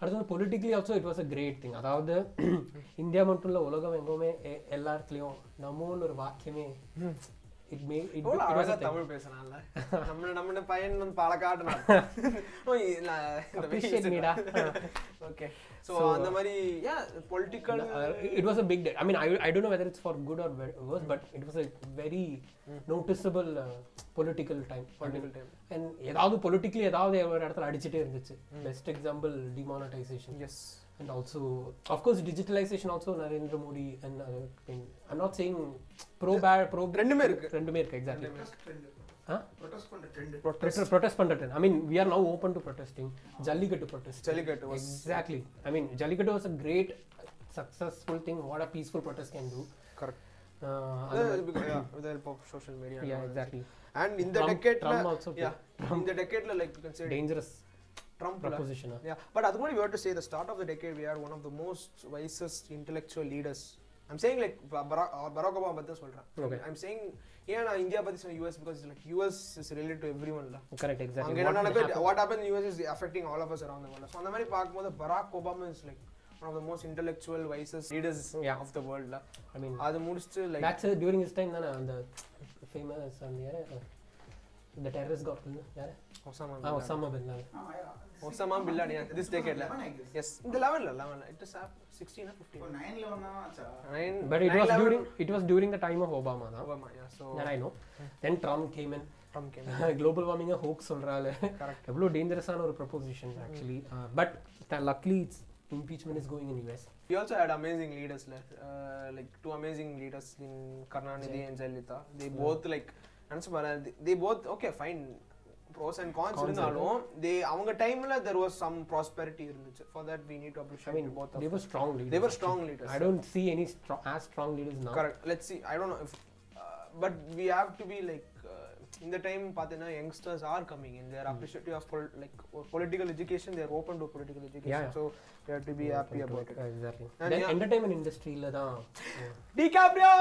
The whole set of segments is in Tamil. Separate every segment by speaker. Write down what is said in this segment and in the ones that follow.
Speaker 1: அடுத்தது politically also it was a great thing அதாவது இந்தியா மட்டும் இல்லை உலகம் எங்கேயுமே எ- எல்லா இடத்துலையும் நமோன்னு ஒரு வாக்கியமே இட் மே இட்
Speaker 2: இவ்வளவு அழகா தமிழ் பேசுறான்ல நம்ம நம்ம பையன் வந்து பாலக்காடு
Speaker 1: அப்ரிஷியேட் மீடா
Speaker 2: ஓகே சோ அந்த மாதிரி yeah political
Speaker 1: Uh, it was a big day I mean I I don't know whether it's for good or worse but it was a very
Speaker 2: Mm.
Speaker 1: Noticeable political time
Speaker 2: political time
Speaker 1: and ஏதாவது பொலிட்டிக்கலி ஏதாவது ஒரு இடத்துல அடிச்சிட்டே இருந்துச்சு
Speaker 2: Mm.
Speaker 1: Best example demonetisation
Speaker 2: yes
Speaker 1: and also of course digitalization also narendra modi and uh, I mean, i'm not saying pro bad pro
Speaker 2: ரெண்டுமே இருக்கு.
Speaker 1: ரெண்டுமே இருக்கு exactly
Speaker 3: ப்ரொட்டஸ்ட் ட்ரெண்ட்
Speaker 1: ஆ?
Speaker 3: ப்ரொட்டஸ்ட் பண்ண ட்ரெண்ட்
Speaker 1: protest protest பண்றது i mean we are now open to protesting Jallikattu protest
Speaker 2: Jallikattu was-
Speaker 1: exactly i mean Jallikattu was a great successful thing what a peaceful protest can do
Speaker 2: correct
Speaker 1: Uh, அது-
Speaker 2: with help of social media
Speaker 1: yeah exactly
Speaker 2: and இந்த
Speaker 1: Trump-
Speaker 2: டெக்கேட்ல
Speaker 1: Trump also
Speaker 2: யா இந்த டெக்கேட்ல like you can say
Speaker 1: dangerous
Speaker 2: ட்ரம்ப்ல
Speaker 1: proposition ah.
Speaker 2: Yeah, but that's what we have to say. The start of the decade, we are one of the most wisest intellectual leaders. I'm saying like Ba- Barack, uh, Barack Obama பத்தி சொல்றேன்.
Speaker 1: Okay.
Speaker 2: I'm saying ஏன் நான் இந்தியா பத்தி சொன்ன US because like US is related to everyone lah.
Speaker 1: correct exactly
Speaker 2: அங்க
Speaker 1: What
Speaker 2: என்ன
Speaker 1: will
Speaker 2: நடக்குது
Speaker 1: happen-
Speaker 2: what happened in US is affecting all of us around the world. So அந்த மாதிரி பார்க்கும்போது Barack Obama is like one of the most intellectual wisest leaders
Speaker 1: Yeah.
Speaker 2: of the world lah.
Speaker 1: i mean
Speaker 2: அது முடிச்சிட்டு like
Speaker 1: that's uh, during his time தானே அந்த ஃபேமஸ் அந்த யாரு இந்த டெரரிஸ்ட் காட் யாரு
Speaker 2: ஒசாமா
Speaker 1: ஆ
Speaker 2: bin Laden.
Speaker 1: Osama bin Laden
Speaker 2: Osama bin Laden yeah, this decade lah. Yes, இந்த 11 ல 11 it is 16 or 15. Nine-
Speaker 1: But it
Speaker 2: nine
Speaker 1: was
Speaker 2: 11
Speaker 1: during it was during the time of Obama, na?
Speaker 2: Obama, yeah. So
Speaker 1: that I know. Then Trump came in.
Speaker 2: Trump came.
Speaker 1: global warming a hoax சொல்றாள்
Speaker 2: Mm-hmm. Correct. Mm-hmm.
Speaker 1: எவ்வளோ டேஞ்சரஸான ஒரு Uh, proposition actually but luckily it's impeachment is going in US
Speaker 2: We also had amazing leaders, like, uh, like two amazing leaders in Karnanidhi and Jayalalitha. They both like, நினைச்சு பாரு, they- they both okay fine, pros and cons
Speaker 1: Cons
Speaker 2: இருந்தாலும் they அவங்க timeல there was some prosperity இருந்துச்சு. For that we need to
Speaker 1: I
Speaker 2: appreciate
Speaker 1: mean
Speaker 2: both of
Speaker 1: they
Speaker 2: them.
Speaker 1: Were strong
Speaker 2: They were
Speaker 1: leaders
Speaker 2: strong leaders.
Speaker 1: I don't see any as strong leaders now
Speaker 2: Correct. Let's see. I don't know if, uh, but we have to be like. uh, In the time, பார்த்தீங்கன்னா youngsters are coming in. They are appreciative of pol- like or political education. They are open to political education.
Speaker 1: yeah.
Speaker 2: So we have to be happy about it.
Speaker 1: Exactly
Speaker 2: And
Speaker 1: then
Speaker 2: yeah.
Speaker 1: Entertainment இண்டஸ்ட்ரியில தான்
Speaker 2: DiCaprio.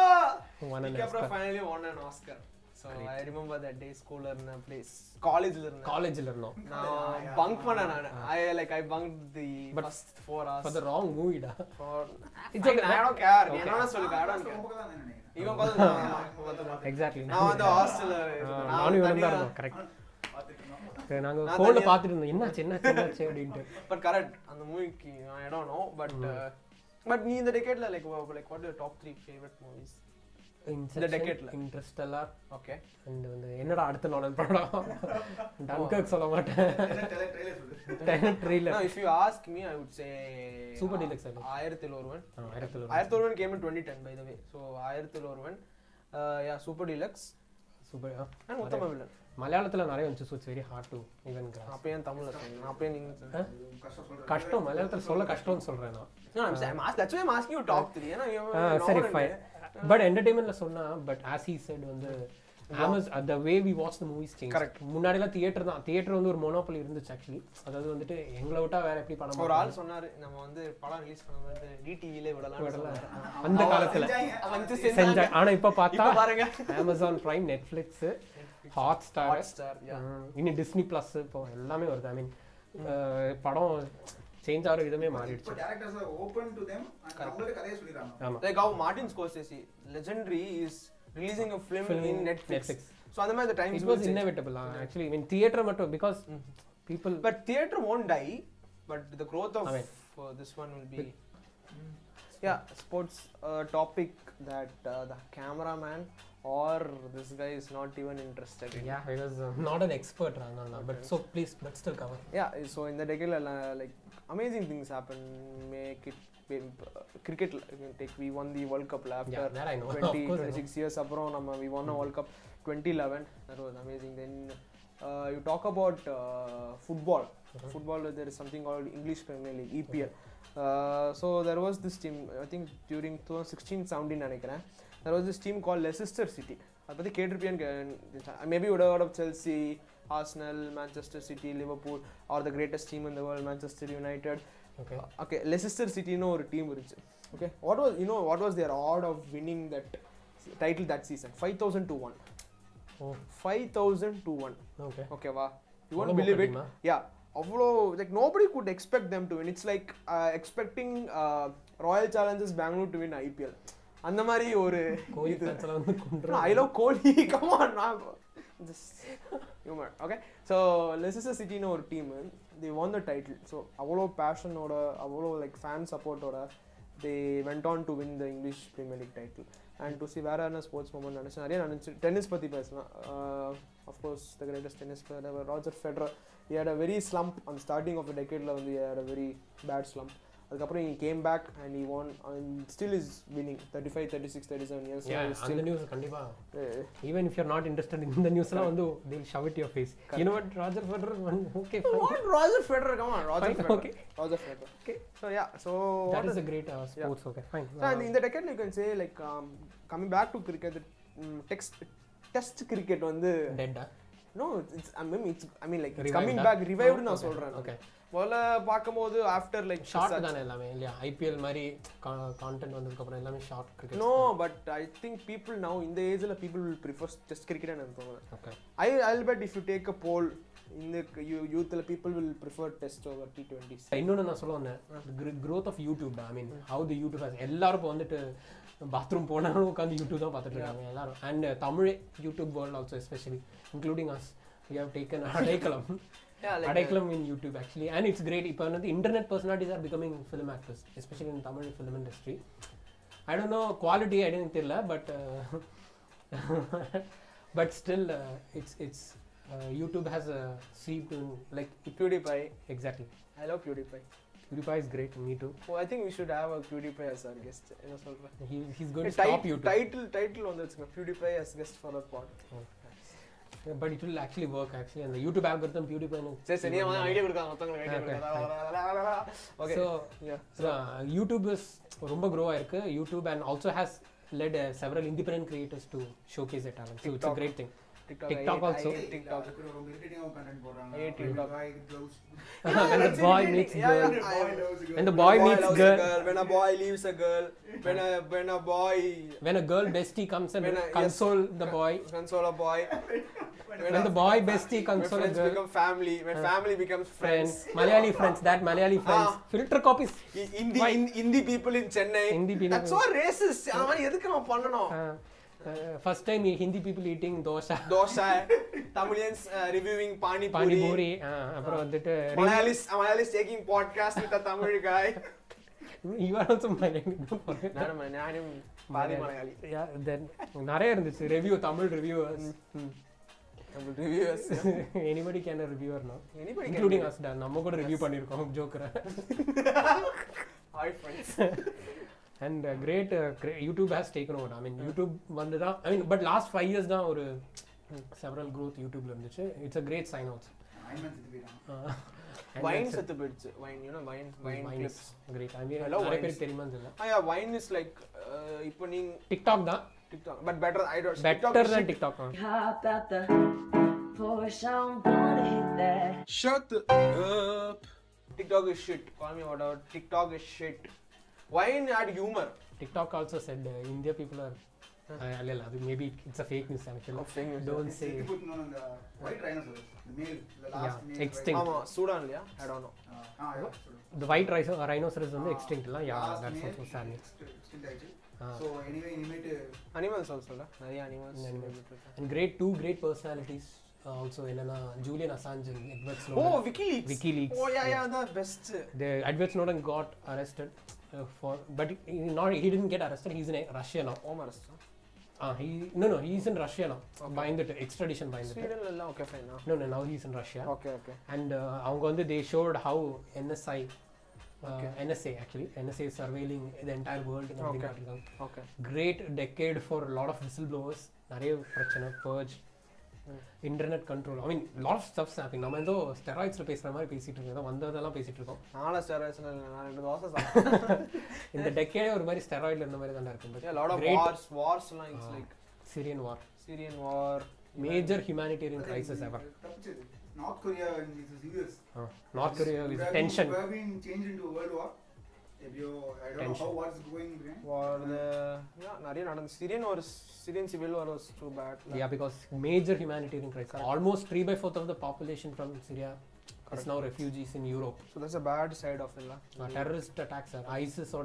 Speaker 1: One and
Speaker 2: DiCaprio finally won an Oscar. So I remember that day school in a place college ல இருந்தேன்.
Speaker 1: காலேஜ்ல இருந்தோம்
Speaker 2: நான் bunk பண்ணேன் நான். I like I bunked the
Speaker 1: Ah, But
Speaker 2: first four hours.
Speaker 1: for the wrong movie டா
Speaker 2: For
Speaker 1: It's
Speaker 2: Fine,
Speaker 1: okay,
Speaker 2: I
Speaker 1: but-
Speaker 2: don't care. நீ
Speaker 1: Okay.
Speaker 2: என்ன சொல்லுங்க I don't care. இவன் பார்த்து நான் பார்த்து பார்த்தேன்.
Speaker 1: எக்ஸாக்ட்லி
Speaker 2: நான் வந்து ஹாஸ்டல்ல
Speaker 1: Ah, நானும் இவரும் தான் இருந்தோம் கரெக்ட் நாங்க ஃபோன்ல பாத்துட்டு இருந்தோம் என்னாச்சு என்னாச்சு என்னாச்சு அப்படின்ட்டு
Speaker 2: பட் கரெக்ட் அந்த மூவிக்கு I don't know but
Speaker 1: Hmm.
Speaker 2: But uh, நீ இந்த டெக்கேட்ல like like what your top 3 favourite movies decade
Speaker 1: Inception
Speaker 2: ல.
Speaker 1: இன்டர்ஸ்டெல்லார்
Speaker 2: ஓகே
Speaker 1: அண்ட் வந்து என்னடா அடுத்த நாள் படம் டன்கர்க் சொல்ல மாட்டேன் trailer
Speaker 2: if you ask me I would say
Speaker 1: Super Deluxe, I think.
Speaker 2: Aayirathil Oruvan
Speaker 1: ஆயிரத்துல
Speaker 2: ஆயிரத்தி ஒருவன் came twenty ten by the way so Aayirathil Oruvan yeah super deluxe
Speaker 1: super
Speaker 2: and Uttama villain
Speaker 1: மலையாளத்துல நிறைய வந்துச்சு so it's very hard to even cross
Speaker 2: அப்போ ஏன் தமிழில் சொன்னேன் அப்போ ஏன் நீங்கள்
Speaker 1: கஷ்டம் மலையாளத்துல சொல்ல கஷ்டம்னு சொல்றேன் நான்
Speaker 2: டாப் த்ரீ ஏன்னா
Speaker 1: ஆ, சரி ஃபைன் பட் என்டர்டைன்மெண்ட்ல சொன்னா பட் ஆஸ் ஹி செட் வந்து Amazon the way we watch the movies change
Speaker 2: Correct.
Speaker 1: முன்னாடிலாம் தியேட்டர் தான் தியேட்டர் வந்து ஒரு மொனோபலி இருந்துச்சு ஆக்சுவலி அதாவது வந்துட்டு எங்களை விட்டா வேற எப்படி படம்
Speaker 2: ஒரு
Speaker 1: பார்க்கலாம்?
Speaker 2: ஆள் சொன்னாரு நம்ம வந்து படம் ரிலீஸ் பண்ணும்போது டிடிவிலே விடலாம்
Speaker 1: விடலாம். அந்த காலத்துல
Speaker 2: வந்து
Speaker 1: செஞ்ச
Speaker 2: செஞ்சாங்க
Speaker 1: ஆனா இப்ப
Speaker 2: இப்போ
Speaker 1: பார்த்தா
Speaker 2: பாருங்க
Speaker 1: Amazon Prime Netflix Hotstar
Speaker 2: star
Speaker 1: இனி டிஸ்னி பிளஸ் இப்போ எல்லாமே வருது ஐ மீன் படம் சேஞ்ச் ஆகிற விதமே மாறிடுச்சு ஆமா
Speaker 2: like how Martin Scorsese legendary is releasing a film in Netflix
Speaker 1: Netflix
Speaker 2: so அந்த மாதிரி time
Speaker 1: it was innovatable actually mean theatre மட்டும் because people
Speaker 2: but theatre won't die but the growth of
Speaker 1: I mean-
Speaker 2: this one will be yeah sports topic that the cameraman are this guy is not even interested
Speaker 1: yeah I was not an expert அதனால but so please but still cover
Speaker 2: yeah so இந்த டெக்கில் like amazing things happen make it uh, கிரிக்கெட்டில் take we won the world கப்பில்
Speaker 1: Yeah,
Speaker 2: after
Speaker 1: that I know. Of
Speaker 2: twenty
Speaker 1: course I
Speaker 2: twenty six years அப்புறம் நம்ம we won world cup twenty eleven that was amazing then you talk about uh, football
Speaker 1: Mm-hmm.
Speaker 2: Football there is something called English Premier League EPL so there was this team I think during two thousand sixteen seventeen நினைக்கிறேன் there was this team call Leicester City அதை பற்றி கேட்டிருப்பியான்னு uh, மேபி உடவோட Chelsea Arsenal Manchester City Liverpool are the greatest team இந்த world Manchester United
Speaker 1: okay
Speaker 2: okay Leicester சிட்டின்னு ஒரு டீம் இருந்துச்சு okay what was you know what was their art of winning that title that season five thousand two one
Speaker 1: oh Oh,
Speaker 2: five thousand two one
Speaker 1: okay
Speaker 2: ஓகேவா யூ ஒன்
Speaker 1: அவ்வளவு
Speaker 2: பிலீவ் இட்
Speaker 1: போட்டிங்களா?
Speaker 2: யா அவ்வளோ like nobody could expect them to win it's like expecting Royal Challengers Bangalore to win IPL அந்த மாதிரி ஒரு
Speaker 1: கோலி fans எல்லாம் வந்து கொண்டு
Speaker 2: ஐ லவ் கோலி கமான் நான் ஹியூமர் ஓகே ஸோ லெசிஸ்டர் சிட்டின்னு ஒரு team they won the title so அவ்வளோ பேஷனோட அவ்வளோ லைக் ஃபேன் சப்போர்ட்டோட they went on to win the English Premier League title and to see வேற என்ன ஸ்போர்ட்ஸ் மூமெண்ட் நினச்சி நிறைய நினச்சி டென்னிஸ் பற்றி பேசலாம் Uh, of course the greatest tennis player Roger Federer had a very slump அந்த ஸ்டார்டிங் ஆஃப் த டெக்கேட்டில் வந்து had a very bad slump அதுக்கப்புறம் he came back and he won and still is winning thirty five thirty six thirty seven
Speaker 1: Yeah,
Speaker 2: years
Speaker 1: அந்த நியூஸ் கண்டிப்பா
Speaker 2: Yeah.
Speaker 1: Even if you not interested இந்த நியூஸ்லாம் வந்து they will shove it your face you know what Roger Federer okay
Speaker 2: What Roger Federer? Come on, Roger
Speaker 1: Fine,
Speaker 2: Federer.
Speaker 1: okay.
Speaker 2: Roger Federer.
Speaker 1: Okay.
Speaker 2: So yeah, so
Speaker 1: that
Speaker 2: what
Speaker 1: is
Speaker 2: is
Speaker 1: a great uh, sports okay fine Uh,
Speaker 2: so, and in the decade you can say like um, coming back to cricket, the mm, text test cricket on the
Speaker 1: dead ah?
Speaker 2: no, it's, it's I mean it's I mean like it's
Speaker 1: Revived,
Speaker 2: coming
Speaker 1: ah?
Speaker 2: back revived நான்
Speaker 1: Okay,
Speaker 2: சொல்றேன்
Speaker 1: okay
Speaker 2: முதல்ல பார்க்கும்போது ஆஃப்டர் லைக்
Speaker 1: ஷார்ட் தானே எல்லாமே இல்லையா ஐபிஎல் மாதிரி கான்டென்ட் வந்ததுக்கு அப்புறம் எல்லாமே short cricket
Speaker 2: no but I think people now இந்த ஏஜ்ல people will prefers test cricket எனக்கு தோணுது
Speaker 1: okay
Speaker 2: I I but if you take a poll இந்த யூத்ல people will prefer test over T twenties
Speaker 1: இன்னொன்னு நான் சொல்ல வந்தேன் growth of YouTube I mean how the YouTube has எல்லாரும் இப்போ வந்துட்டு பாத்ரூம் போனாலும் உட்காந்து யூடியூப் தான் பார்த்துட்டு இருக்காங்க எல்லாரும் and Tamil YouTube world also especially including us we have taken அடைக்கலம் அடைக்கலம் in YouTube actually and it's great இப்போ வந்து internet personalities are becoming film actors especially in Tamil film industry I don't know quality எனக்கு தெரியல but uh, but still it's it's YouTube has see like
Speaker 2: PewDiePie
Speaker 1: exactly
Speaker 2: I love PewDiePie
Speaker 1: PewDiePie is great, me too.
Speaker 2: Oh, I think we should have a PewDiePie as our guest. என்ன சொல்ற?
Speaker 1: He, he's going to
Speaker 2: Ti-
Speaker 1: stop you too.
Speaker 2: title title வந்து வச்சுங்க PewDiePie as guest for our pod.
Speaker 1: Yeah, But it will actually work actually. And the YouTube algorithm, PewDiePie. னு
Speaker 2: சரி சரி
Speaker 1: சொல்லுவாங்க.
Speaker 2: ஐடியா கொடுக்காத மொத்தங்களுக்கு ஐடியா
Speaker 1: Okay,
Speaker 2: கொடுக்காத okay
Speaker 1: So,
Speaker 2: yeah
Speaker 1: so, uh, YouTube is ரொம்ப grow ஆயிருக்கு. YouTube and also has led uh, several independent creators to showcase their talent. So it's a
Speaker 2: TikTok.
Speaker 1: great thing.
Speaker 2: TikTok
Speaker 1: TikTok
Speaker 2: I-
Speaker 1: also.
Speaker 2: I hate TikTok.
Speaker 3: ரொம்ப irritating-ஆ content போடுறாங்க.
Speaker 2: Hey, TikTok.
Speaker 3: Boy gloves.
Speaker 1: when the
Speaker 2: that's
Speaker 1: boy
Speaker 2: irritating.
Speaker 1: meets
Speaker 2: Yeah,
Speaker 1: girl.
Speaker 2: yeah.
Speaker 3: Boy
Speaker 2: I-
Speaker 3: loves girl.
Speaker 1: When the
Speaker 2: When
Speaker 1: boy
Speaker 2: a
Speaker 1: meets
Speaker 2: loves a
Speaker 1: girl.
Speaker 2: when a boy leaves a girl when a when a boy
Speaker 1: When a girl bestie comes and
Speaker 2: When a- yes.
Speaker 1: console the boy.
Speaker 2: console a boy
Speaker 1: When the boy bestie
Speaker 2: when
Speaker 1: console a
Speaker 2: friends
Speaker 1: girl.
Speaker 2: become family when
Speaker 1: Uh.
Speaker 2: family becomes
Speaker 1: Friends.
Speaker 2: friends Ah.
Speaker 1: Malayali friends. That Malayali friends. Filter copies.
Speaker 2: I- Hindi Hin- Hindi people in Chennai
Speaker 1: Hindi people-
Speaker 2: that's so racist அந்த மாதிரி எதுக்கு நம்ம பண்ணணும்
Speaker 1: Uh, uh, first time Hindi people eating dosha.
Speaker 2: Dosa Tamilians reviewing panipuri
Speaker 1: panipuri ah, Ah, அப்புறம்
Speaker 2: Ah.
Speaker 1: வந்துட்டு
Speaker 2: Malayalis Malayalis taking podcast with Tamil guy
Speaker 1: you are also Malayali
Speaker 2: நானும் நானும் பாதி மலையாளி
Speaker 1: Yeah, then நிறைய இருந்துச்சு ரிவ்யூ தமிழ் ரிவ்யூவர்ஸ்
Speaker 2: நம்ம reviews Mm.
Speaker 1: Anybody can reviewer நான்
Speaker 2: எனிபடி
Speaker 1: இன்க்ளூடிங் அஸ் தான் நம்ம கூட ரிவ்யூ பண்ணியிருக்கோம் ஜோக்கரை
Speaker 2: hi friends
Speaker 1: and great YouTube has taken over I mean YouTube வந்து தான் I mean but last five years தான் ஒரு செவரல் growth யூடியூப்ல இருந்துச்சு it's a great sign out
Speaker 3: Nine months இது போயிட்டாங்க.
Speaker 2: வைன் செத்து போயிடுச்சு Vine you know Vine Vine clips
Speaker 1: great I mean
Speaker 2: I love
Speaker 1: நிறைய
Speaker 2: wines.
Speaker 1: பேருக்கு தெரியுமா தெரியல
Speaker 2: ஐயா வைன் இஸ் லைக் இப்போ நீங்க
Speaker 1: டிக்டாக் தான்
Speaker 2: TikTok but better I don't
Speaker 1: better தான் TikTok
Speaker 4: How about the pour someone to hit that?
Speaker 2: TikTok is shit call me what our TikTok is shit Vine had humour
Speaker 1: TikTok also said India people are uh, இல்ல இல்ல அது maybe it's a fake news எனக்கு டோன்ட் சே
Speaker 3: செத்து போத்துனோன்னு அந்த white rhinoceros, the male, the last
Speaker 1: Yeah,
Speaker 3: male
Speaker 1: extinct.
Speaker 2: ஆமா சூடான் இல்லையா ஐ டோன்ட் நோ
Speaker 3: white- ஆ, ஆ, ah, yeah, சொல்லுங்க.
Speaker 1: இந்த ஒயிட் ரைஸ் ரைனோசரஸ் வந்து
Speaker 3: Ah.
Speaker 1: எக்ஸ்டிங்க் எல்லாம் yeah
Speaker 3: Last
Speaker 1: that's
Speaker 3: male
Speaker 1: also sad news
Speaker 3: extinct- extinct ஆயிடுச்சு. So, anyway, இனிமேட்டு
Speaker 2: அனிமல்ஸ் ஆல்சோல நிறைய animals
Speaker 1: Animals. And great two great personalities also என்னன்னா Julian Assange and Edward
Speaker 2: oh
Speaker 1: Snowden
Speaker 2: WikiLeaks
Speaker 1: WikiLeaks.
Speaker 2: Oh yeah yeah தான் best
Speaker 1: the Edward Snowden got arrested uh, for but he, not he didn't get arrested he's in Russia now
Speaker 2: ஓமரஸ்
Speaker 1: uh, he no no he's in Russia now Uh, பயந்துட்டு extradition பயந்துட்டு
Speaker 2: ஸ்வீடன்ல எல்லாம் okay fine
Speaker 1: no no now he's in Russia
Speaker 2: okay okay
Speaker 1: and uh, அவங்க வந்து they showed how NSI uh,
Speaker 2: Okay.
Speaker 1: NSA actually NSA is surveilling the entire world and
Speaker 2: Okay.
Speaker 1: everything
Speaker 2: okay
Speaker 1: great decade for lot of whistleblowers நிறைய பிரச்சனை purge
Speaker 2: Hmm.
Speaker 1: Internet control I mean lot of stuffs happening நம்ம ஏதோ ஸ்டெராய்ட்ஸில் பேசுகிற மாதிரி பேசிட்டு இருக்கோம் ஏதோ வந்ததெல்லாம் பேசிட்டு இருக்கோம்
Speaker 2: நாலா ஸ்டெராய்ட்ஸ் நான் ரெண்டு தோசை சாப்பிட்டேன்
Speaker 1: இந்த டெக்கேடே ஒரு மாதிரி ஸ்டெராய்டில் இருந்த மாதிரி தான் இருக்கும்
Speaker 2: lot of
Speaker 1: Great.
Speaker 2: Wars wars எல்லாம் it's
Speaker 1: Ah.
Speaker 2: Like
Speaker 1: Syrian war
Speaker 2: Syrian war
Speaker 1: major humanitarian crisis ever
Speaker 3: தப்பிச்சது. North Korea and this is US.
Speaker 1: Uh, North Korea
Speaker 3: Would
Speaker 1: with
Speaker 3: have been-
Speaker 1: tension
Speaker 3: would have been changed into a world war. If you- I don't know
Speaker 1: Tension.
Speaker 3: how war is going behind.
Speaker 2: War நிறைய நடந்து சீரியன் ஒரு Syrian civil war was too bad
Speaker 1: yeah because major humanitarian crisis almost three by fourth of the population from Syria it's now refugees in Europe.
Speaker 2: So that's a bad side of it. lah.
Speaker 1: Uh, terrorist attacks are ISIS or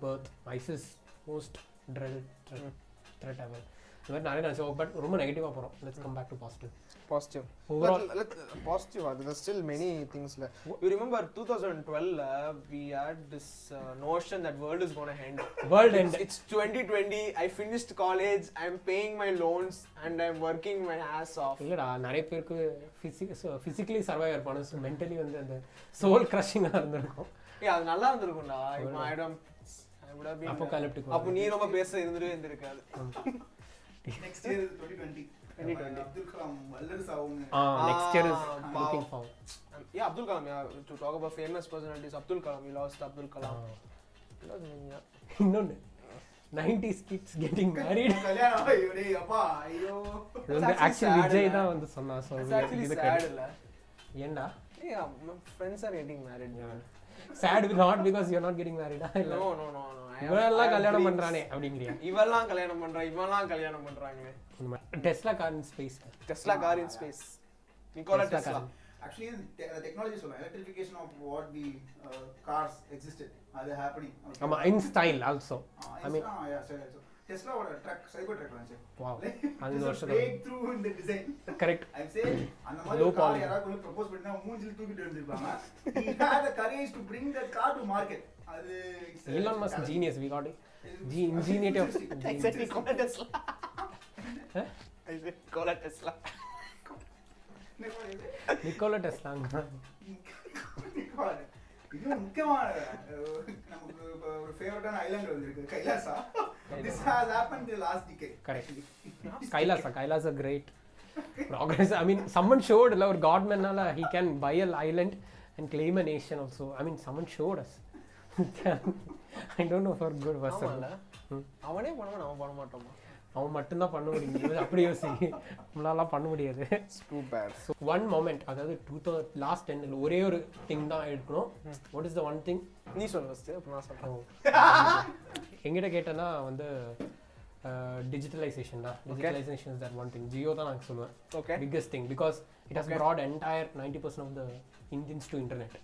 Speaker 1: birth. ISIS most dreaded threat,
Speaker 2: Mm.
Speaker 1: threat ever. இந்த மாதிரி நிறைய நினச்சோம் பட் ரொம்ப நெகட்டிவாக போகிறோம் let's come back to positive
Speaker 2: Positive.
Speaker 1: Overall
Speaker 2: Let, let, positive. ah, There's still many things. lah. You remember 2012, uh, we had this uh, notion that world is gonna end.
Speaker 1: World
Speaker 2: It's,
Speaker 1: end
Speaker 2: it's 2020. I finished college. I'm paying my loans and I'm working my ass off.
Speaker 1: இல்லைடா நிறைய பேருக்கு ஃபிசிக் ஃபிசிக்கலி சர்வை இருப்பானு மென்டலி வந்து அந்த சோல் கிரஷிங்காக இருந்திருக்கும்
Speaker 2: Yeah, அது நல்லா இருந்திருக்கும்டா. இப்போ I don't. I would have been. uh,
Speaker 1: Apocalyptic
Speaker 2: அப்போ நீ ரொம்ப பேச இருந்துட்டு இருந்திருக்காது.
Speaker 3: Next year is 2020.
Speaker 2: 2020.
Speaker 3: Abdul Kalam வல்லரசு அவங்க.
Speaker 1: ஆ next year is
Speaker 2: Ah,
Speaker 1: looking
Speaker 2: wow.
Speaker 1: Forward
Speaker 2: And- Yeah, Abdul Kalam. Yeah, to talk about famous personalities, Abdul Kalam. We lost Abdul Kalam. He was in India.
Speaker 1: இன்னொன்னு நைன்டிஸ் கிட்ஸ் கெட்டிங் மேரிட்
Speaker 3: கல்யாணம் ஆகி, டேய் அப்பா, ஐயோ.
Speaker 1: இது வந்து
Speaker 2: It's actually
Speaker 1: actually Vijay
Speaker 2: sad,
Speaker 1: தான் வந்து சொன்னா ஸோ
Speaker 2: It's actually
Speaker 1: இது
Speaker 2: sad, இல்ல?
Speaker 1: ஏண்டா
Speaker 2: Yeah, my friends are getting married. man.
Speaker 1: Sad not because you not getting மேரிடா இல்லை
Speaker 2: No, no, no, no. I have- I
Speaker 1: இவெல்லாம்
Speaker 2: have
Speaker 1: கல்யாணம்
Speaker 2: dreams.
Speaker 1: பண்றானே அப்படிங்கிறியா
Speaker 2: இவெல்லாம் கல்யாணம் பண்றா இவெல்லாம் கல்யாணம் பண்றாங்களே
Speaker 1: Tesla car in space
Speaker 2: Tesla car in space Nikola
Speaker 1: Tesla
Speaker 2: Tesla
Speaker 1: car.
Speaker 3: Actually, te- the technology சொல்லுவேன். Electrification of what the, uh, cars existed. அது happening.
Speaker 1: ஆமா in style also
Speaker 3: Ah,
Speaker 1: I mean-
Speaker 3: ah, yeah, சரி, சரி. டெஸ்லாவோட truck, psycho truck வந்துச்சு.
Speaker 1: வாவ்
Speaker 3: There's
Speaker 1: அந்த
Speaker 3: a
Speaker 1: வருஷத்துல
Speaker 3: breakthrough in the design.
Speaker 1: Correct
Speaker 3: I'm saying, அந்த மாதிரி
Speaker 1: Low
Speaker 3: ஒரு car
Speaker 1: poly.
Speaker 3: யாராவது கொண்டு propose பண்ணினா மூஞ்சில தூக்கிட்டு இருந்திருப்பாங்க. He had the courage to bring that car to market. அது it's a-
Speaker 1: Elon Musk genius we got
Speaker 3: It's-
Speaker 1: ஜி engineer of
Speaker 2: I said Nikola Tesla. I said Nikola Tesla.
Speaker 1: Nikola டெஸ்லாங்க
Speaker 3: நிக்கோலா. இது முக்கியமானது. அஹ் நமக்கு இப்ப ஒரு ஃபேவரட்டான ஐலாண்ட் வந்திருக்கு Kailasa this has happen the last decade
Speaker 1: Correct. Kailasa Kailasa great progress i mean someone showed la or godman la he can buy an island and claim a nation also i mean someone showed us i don't know for good was
Speaker 2: ஆமால அவனே பண்ணாம நம்ம பண்ண மாட்டோமா
Speaker 1: அவன் மட்டும்தான் பண்ண முடியும் இது அப்படி யோசி நம்மளாலாம் பண்ண முடியாது
Speaker 2: டூ பேட்
Speaker 1: ஒன் மொமெண்ட் அதாவது டூ தௌசண்ட் லாஸ்ட் டென்னில் ஒரே ஒரு திங் தான் எடுக்கணும் what is the one thing
Speaker 2: நீ சொல்லு ஃபர்ஸ்ட் அப்புறம் நான் சொல்றேன்
Speaker 1: எங்கிட்ட கேட்டேன்னா வந்து டிஜிட்டலைசேஷன் தான் digitalisation that one thing Jio தான் நான் சொல்லுவேன்
Speaker 2: okay
Speaker 1: biggest thing because it has
Speaker 2: Okay.
Speaker 1: Brought entire ninety percent of the Indians to internet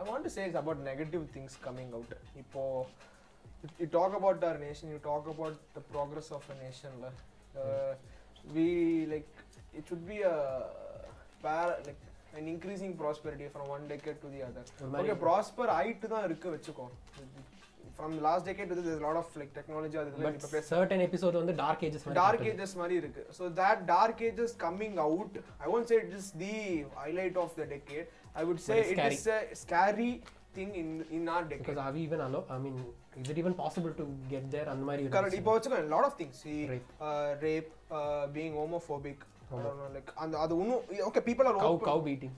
Speaker 2: I want to say it's about negative things coming out. Ipo, you talk about our nation, you talk about the progress of a nation. lah. Uh, we like it should be a par like an increasing prosperity from one decade to the other.
Speaker 1: ஒரு
Speaker 2: Okay,
Speaker 1: மாதிரி
Speaker 2: prosper ஆயிட்டு தான் இருக்கு வச்சுக்கோ. From last decade to this, there's a lot of like technology அது இதெல்லாம்
Speaker 1: பட்
Speaker 2: இப்ப பேச
Speaker 1: சர்டன் எபிசோட் வந்து டார்க் ஏஜஸ்
Speaker 2: டார்க் ஏஜஸ் மாதிரி இருக்கு so that dark ages coming out I won't say it is the highlight of the decade I would say
Speaker 1: But it's
Speaker 2: it
Speaker 1: scary.
Speaker 2: Is a scary thing in in our
Speaker 1: because
Speaker 2: decade
Speaker 1: are we even allow I mean is it even possible to get there அந்த மாதிரி
Speaker 2: கரெக்ட் இப்போ வச்சுக்கோ lot of things
Speaker 1: Rape.
Speaker 2: Rape being homophobic
Speaker 1: Homo.
Speaker 2: Like அந்த அது ஒன்றும் okay people are
Speaker 1: cow cow beating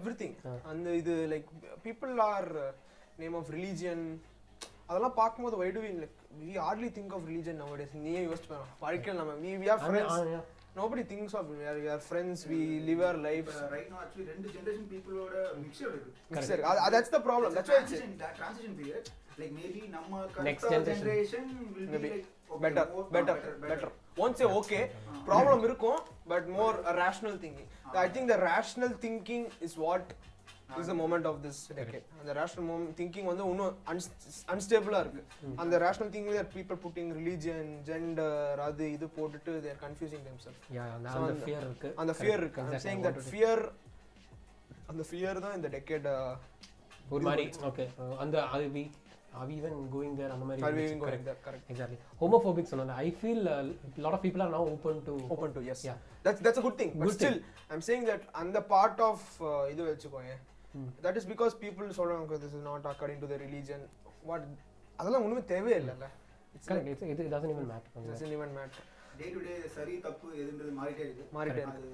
Speaker 2: everything
Speaker 1: Ah.
Speaker 2: அந்த இது like people are name of religion அதெல்லாம் பார்க்கும்போது why do like we hardly think of religion நம்மளுடைய நீயே யோசிச்சு பாருங்க வாழ்க்கையில் நம்ம we we are friends Nobody thinks of we are, we are friends, we live our lives.
Speaker 3: Right no actually ரெண்டு ஜெனரேஷன் பீப்புளோட மிக்சர் இருக்கு
Speaker 2: Mixer. Uh, that's the problem. That's why it's
Speaker 3: transition period like maybe நம்ம
Speaker 1: Next
Speaker 3: next
Speaker 1: generation.
Speaker 3: generation will be
Speaker 2: Maybe.
Speaker 3: like okay,
Speaker 2: better,
Speaker 3: more- ah,
Speaker 2: better,
Speaker 3: better, Ah.
Speaker 2: better. Won't say okay, problem இருக்கும், but more a rational thinking. I think the rational thinking is what
Speaker 3: Ah.
Speaker 2: is the moment of this decade. அந்த rational moment thinking வந்து இன்னும் அன்ஸ்டேபிளா இருக்கு. அந்த rational thinking that people putting religion, gender, அது இது போட்டுட்டு they are confusing themselves.
Speaker 1: Yeah
Speaker 2: So
Speaker 1: அந்த
Speaker 2: அந்த-
Speaker 1: ஃபியர் இருக்கு
Speaker 2: அந்த fear இருக்கு. I'm
Speaker 1: Exactly.
Speaker 2: saying
Speaker 1: I
Speaker 2: that
Speaker 1: wanted to-
Speaker 2: fear அந்த fear தான் இந்த decade uh,
Speaker 1: ஒரு மாதிரி ஓகே அந்த அது we AVI even going there அந்த
Speaker 2: are we
Speaker 1: மாதிரி
Speaker 2: even going there? Correct.
Speaker 1: Exactly homophobic சொன்னால I feel lot of people are now open to
Speaker 2: Open to, yes.
Speaker 1: Yeah
Speaker 2: that's that's a good thing but
Speaker 1: Good
Speaker 2: still i'm saying that and the part of uh, இது வெச்சுக்கோயே
Speaker 1: Hmm.
Speaker 2: that is because people சொல்றாங்க this is not according to the religion what அதெல்லாம் ஒண்ணுமே தேவையே இல்லல it's like,
Speaker 1: correct it's it doesn't even
Speaker 2: it
Speaker 1: matter
Speaker 2: doesn't even matter
Speaker 3: day to day சரி தப்பு எதுன்றது மாறிட்டே இருக்கு
Speaker 2: மாறிட்டே
Speaker 3: அது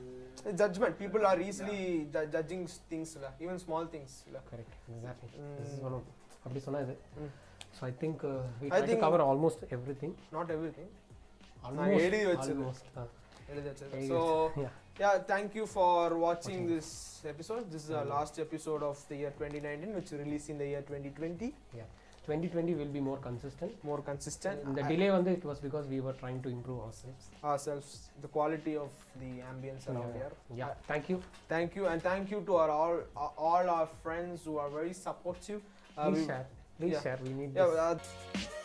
Speaker 2: It's judgment people are easily ju- judging s- things la even small things la
Speaker 1: correct exactly
Speaker 2: Mm.
Speaker 1: This is one அப்படி சொன்னா இது
Speaker 2: Mm.
Speaker 1: So I think we
Speaker 2: I
Speaker 1: try to
Speaker 2: think-
Speaker 1: cover almost everything
Speaker 2: not everything நான்
Speaker 1: ஆல்மோஸ்ட்
Speaker 2: எழுதி
Speaker 1: எழுதி
Speaker 2: வச்சது.
Speaker 1: ஆல்மோஸ்ட்
Speaker 2: எழுதி வச்சது.
Speaker 1: எழுதி
Speaker 2: so
Speaker 1: yeah
Speaker 2: yeah thank you for watching
Speaker 1: Watching.
Speaker 2: this episode this is our last episode of the year 2019 which released in the year 2020
Speaker 1: Yeah. 2020 will be more consistent.
Speaker 2: more consistent
Speaker 1: The delay on it was because we were trying to improve ourselves.
Speaker 2: ourselves the quality of the ambience around here
Speaker 1: Yeah, thank you.
Speaker 2: thank you and thank you to our all all our friends who are very supportive uh,
Speaker 1: Please
Speaker 2: we-
Speaker 1: share. Please
Speaker 2: yeah.
Speaker 1: share. We need
Speaker 2: yeah
Speaker 1: this.
Speaker 2: uh,